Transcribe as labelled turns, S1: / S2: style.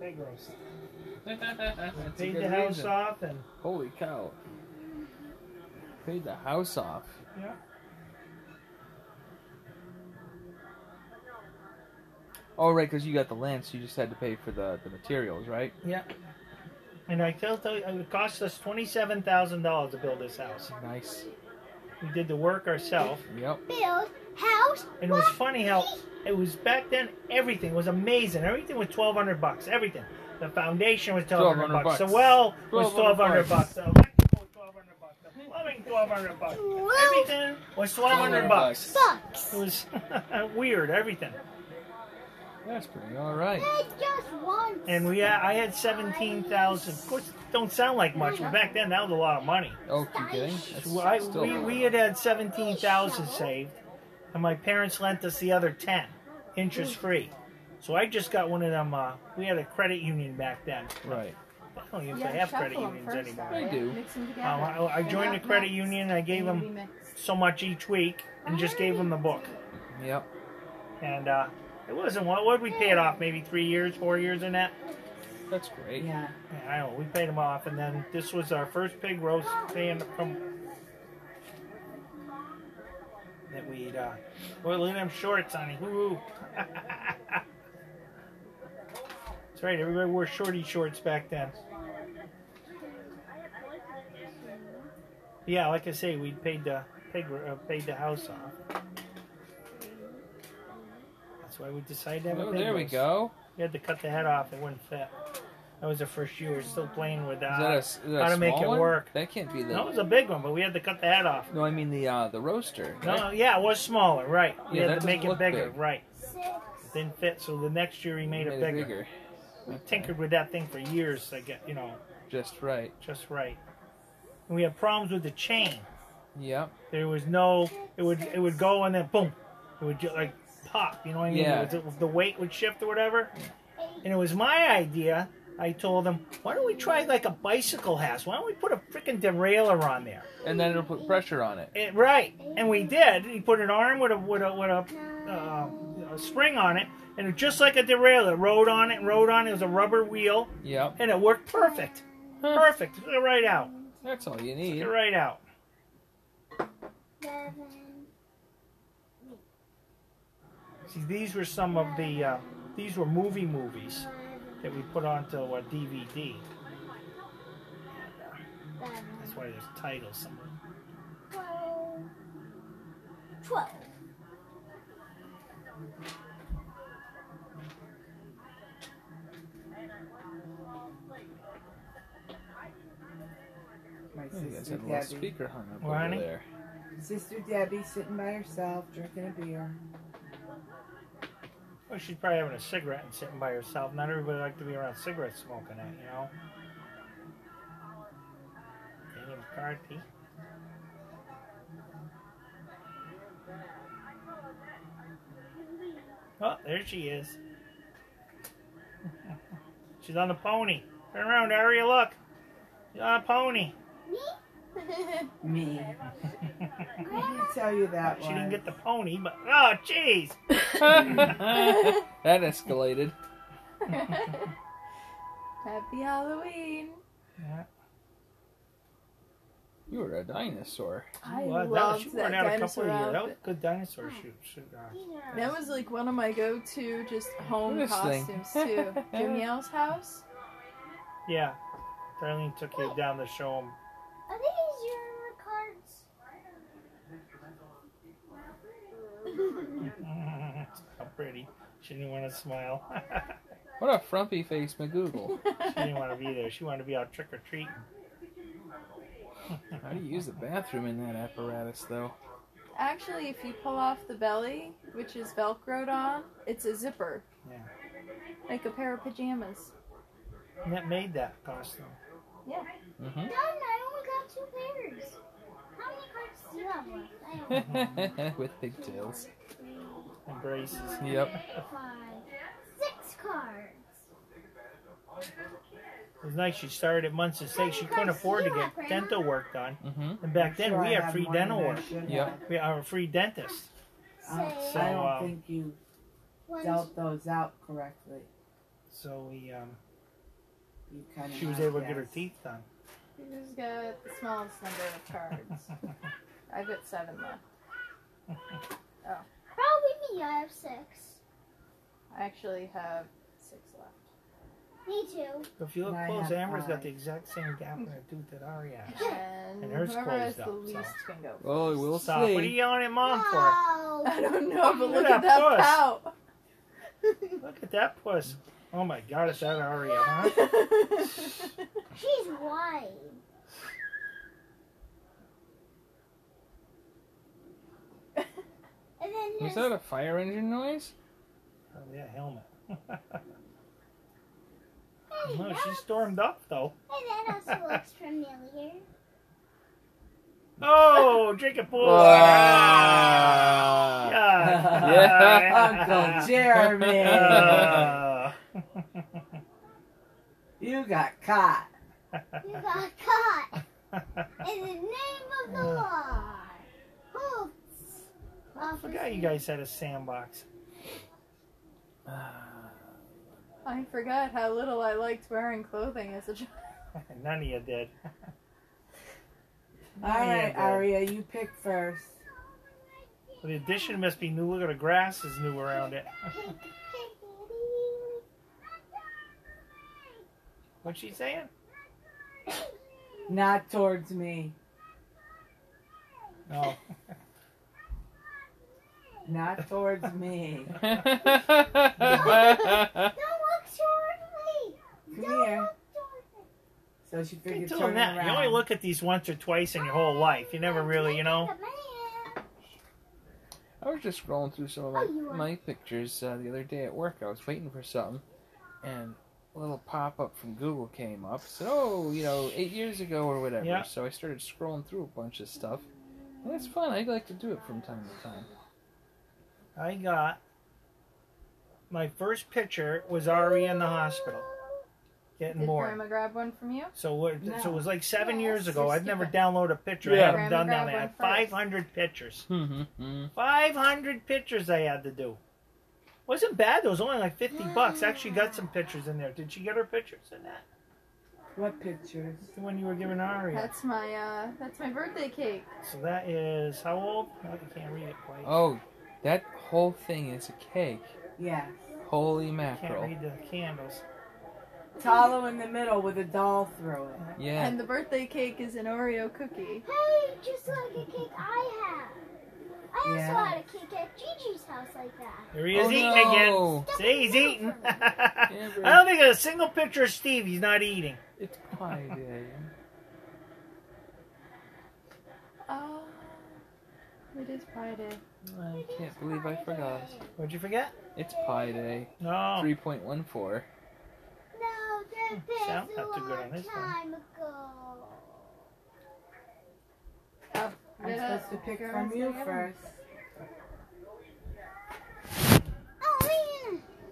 S1: pay gross.
S2: That's a
S1: Paid
S2: good
S1: the house
S2: reason.
S1: off and
S2: Holy cow. Paid the house off.
S1: yeah.
S2: Oh, right, because you got the land, so you just had to pay for the, the materials, right?
S1: Yeah. And I tell, tell you, it cost us twenty-seven thousand dollars to build this house.
S2: Nice.
S1: We did the work ourselves,
S2: Yep.
S3: Build house.
S1: and it was funny how it was back then. Everything was amazing. Everything was twelve hundred bucks. Everything. The foundation was twelve hundred bucks. The
S2: $1,200.
S1: well was twelve
S2: $1,200.
S1: hundred bucks. The electrical was twelve hundred bucks. The plumbing twelve hundred bucks. Everything was twelve hundred bucks.
S3: Bucks.
S1: It was weird. Everything.
S2: That's pretty all right.
S3: I just want.
S1: And we, uh, I had seventeen thousand. Of course, don't sound like much, but back then that was a lot of money.
S2: Oh, you kidding? That's
S1: Well, I,
S2: still
S1: we, we had had seventeen thousand saved, and my parents lent us the other ten, interest free. So I just got one of them. Uh, we had a credit union back then.
S2: right.
S1: I don't even
S4: You
S1: know if
S4: gotta
S1: they have
S4: shuffle
S1: credit
S4: them
S1: unions
S4: first,
S1: anymore.
S4: though,
S2: They
S4: right?
S2: do.
S4: Mix them
S1: Uh,
S4: together.
S1: I, I joined the
S4: They're not
S1: credit
S4: mixed.
S1: union. I gave
S4: They need to
S1: them
S4: be mixed.
S1: so much each week, and just gave them the book.
S2: Yep.
S1: And uh, it wasn't what would we pay it off? Maybe three years, four years, in that.
S2: That's great.
S4: Yeah.
S1: Yeah, I don't know. We paid them off, and then this was our first pig roast paying from that we'd. Uh, well, look at them shorts, honey. Woo! That's right. Everybody wore shorty shorts back then. Yeah, like I say, we paid the pig, uh, paid the house off. That's why we decided to have a
S2: Oh,
S1: pig
S2: there we
S1: roast.
S2: go.
S1: You had to cut the head off; it wouldn't fit. That was the first year. We were still playing with
S2: Is
S1: that.
S2: that a, s- is that a
S1: how to Uh, make
S2: small
S1: it
S2: one?
S1: work.
S2: That can't be the.
S1: No, it was a big one, but we had to cut the head off.
S2: No, I mean the uh, the roaster. right?
S1: No, yeah, it was smaller, right? We
S2: Yeah, that
S1: had to
S2: doesn't
S1: make it
S2: look
S1: bigger,
S2: big.
S1: right?
S3: Six.
S1: It didn't fit, so the next year he made,
S2: Made
S1: it
S2: it
S1: bigger.
S2: bigger.
S1: We tinkered with that thing for years to get you know
S2: Just right.
S1: just right. And we had problems with the chain.
S2: Yep.
S1: There was no. It would it would go and then boom, it would just like pop. You know what I mean?
S2: Yeah.
S1: It was- the weight would shift or whatever. And it was my idea. I told them, why don't we try like a bicycle house? Why don't we put a freaking derailleur on there?
S2: And then it'll put pressure on it.
S1: It, right. And we did. He put an arm with a with a with a, uh, a spring on it, and it just like a derailleur, rode on it, and rode on it. It was a rubber wheel,
S2: Yep.
S1: and it worked perfect. Perfect. Took it right out.
S2: That's all you
S1: Took
S2: need.
S1: it right out.
S3: Seven.
S1: See, these were some of the uh, these were movie movies that we put onto a DVD.
S3: Eleven.
S1: That's why there's titles somewhere.
S3: Twelve. Twelve.
S4: My
S2: Oh, you guys
S4: sister
S2: had a little
S4: Debbie.
S2: speaker hung up
S1: Ronnie?
S2: over there.
S4: Sister Debbie sitting by herself drinking a beer.
S1: Well, she's probably having a cigarette and sitting by herself. Not everybody like to be around cigarette smoking at, you know. Danny McCarthy. Oh, there she is. she's on the pony. Turn around, Aria, look. She's on a pony.
S3: Me.
S4: Me. I didn't tell you that
S1: She
S4: one.
S1: didn't get the pony, but oh, jeez.
S2: that escalated.
S4: Happy Halloween.
S1: Yeah.
S2: You were a dinosaur.
S4: I
S1: Well, that was, she
S4: loved
S1: wore
S4: that,
S1: it out a couple
S4: dinosaur
S1: of years. That was
S4: outfit.
S1: a good dinosaur shoot. shoot uh,
S4: That was like one of my go-to just home
S2: Look at this thing.
S4: costumes too. Danielle's house.
S1: Yeah. Darlene took you down to show him.
S3: Are these your cards?
S1: How pretty. She didn't want to smile.
S2: What a frumpy face McGoogle.
S1: she didn't want to be there. She wanted to be out trick or treating.
S2: How do you use the bathroom in that apparatus, though?
S4: Actually, if you pull off the belly, which is velcroed on, it's a zipper.
S1: Yeah.
S4: Like a pair of pajamas.
S1: And that made that costume.
S2: hmm
S3: Done. I only got two pairs. How many cards do you have left? I have
S2: With pigtails.
S1: And braces.
S2: Yep.
S3: five, six cards.
S1: It was nice. She started at months and six. She couldn't afford to get dental work done.
S2: Mm-hmm.
S1: And back then,
S4: Sure,
S1: we
S4: I
S1: had
S4: have
S1: free
S4: more than
S1: dental
S4: I
S1: work.
S4: should
S2: Yep.
S4: have.
S1: We are a free dentist.
S4: Uh,
S5: Um,
S3: Six.
S4: I
S1: So,
S4: don't
S1: um,
S4: think you
S3: One,
S4: dealt those out correctly.
S1: So we um,
S5: You kind of
S1: She was
S5: have
S1: able to get her
S5: guess.
S1: teeth done.
S4: You just got the smallest number of cards. I've got seven left.
S3: Probably me. I have six.
S4: I actually have six left.
S3: Me too.
S1: If you look
S5: And I
S1: close,
S5: have
S1: Amber's got
S5: five.
S1: the exact same gap in her tooth that Ari has.
S4: And,
S1: And hers
S4: whoever has
S1: closed
S4: the
S1: up, so.
S4: least can go.
S2: Oh, we'll
S1: Stop.
S2: see.
S1: What are you yelling at mom for?
S3: No.
S4: I don't know, but
S1: Look
S4: look
S1: at
S4: at
S1: that
S4: that pout.
S1: Look at that puss. Oh my god, is that Aria, huh?
S3: She's white. And then
S2: Was
S3: there's
S2: that a fire engine noise?
S1: Oh, yeah, helmet.
S3: hey,
S1: no,
S3: that,
S1: she stormed up, though.
S3: hey, that also looks familiar.
S1: Oh, Jacob Bull.
S2: Wow.
S1: Yeah.
S2: Yeah.
S5: Uncle Jeremy,
S1: Ah.
S5: you got caught.
S3: You got caught in the name of the law. Who?
S1: I forgot you guys had a sandbox.
S4: I forgot how little I liked wearing clothing as a child.
S1: None of you did.
S5: All right,
S1: Yeah,
S5: Aria, you pick first.
S1: The addition must be new. Look at the grass is new around it.
S3: Pig, pig,
S1: What's she saying?
S5: Not towards me.
S1: Oh,
S5: Not towards me.
S3: Don't look toward me.
S5: Come
S3: Don't
S5: here.
S3: look toward me.
S5: So she
S1: keep
S5: figured
S1: doing
S5: turn
S1: that.
S5: around.
S1: You only look at these once or twice in your whole life. You never really, you know.
S3: Man.
S2: I was just scrolling through some of
S3: Oh, you
S2: my,
S3: are.
S2: my pictures uh, the other day at work. I was waiting for something, and a little pop up from Google came up. Said, "Oh, you know, eight years ago or whatever."
S1: Yeah.
S2: So I started scrolling through a bunch of stuff. And it's fun. I like to do it from time to time.
S1: I got my first picture was Ari in the hospital getting
S4: Did
S1: more.
S4: Grandma grab one from you?
S1: So what?
S5: No.
S1: So it was like seven
S4: Yeah,
S1: years
S4: it's
S1: ago.
S4: just
S1: I've never
S4: different.
S1: downloaded a picture.
S2: Yeah.
S1: I haven't done
S4: Grandma
S1: that. I
S4: grabbed one
S1: had
S4: first.
S1: 500 pictures.
S2: Mm-hmm.
S1: 500 pictures I had to do. Wasn't bad. It was only like 50
S4: Mm.
S1: bucks. Actually, got some pictures in there. Did she get her pictures in that?
S5: What pictures?
S1: The one you were giving Aria.
S4: That's my uh, that's my birthday cake.
S1: So that is how old? Oh, you can't read it quite.
S2: Oh, that whole thing is a cake.
S5: Yes.
S2: Holy
S1: Can't
S2: mackerel!
S1: read the candles.
S5: Hollow in the middle with a doll through it.
S2: Yeah.
S4: And the birthday cake is an Oreo cookie.
S3: Hey, just like a cake I have. I also
S5: Yeah.
S3: had a cake at Gigi's house like that.
S1: There he is
S2: Oh,
S1: eating
S2: no.
S1: again. See, he's eating.
S2: Amber.
S1: I don't think there's a single picture of Steve he's not eating.
S2: It's pie day.
S4: Oh, it is Pie Day.
S2: I can't believe I forgot.
S1: What'd you forget?
S2: It's pie day.
S1: No.
S2: Three point one four.
S3: No, that
S1: Sound
S3: that's a
S1: not too good on
S3: long
S1: this one.
S3: time ago.
S5: I'm supposed to pick
S4: Girls,
S5: from you
S4: I haven't-
S5: first.
S3: Oh,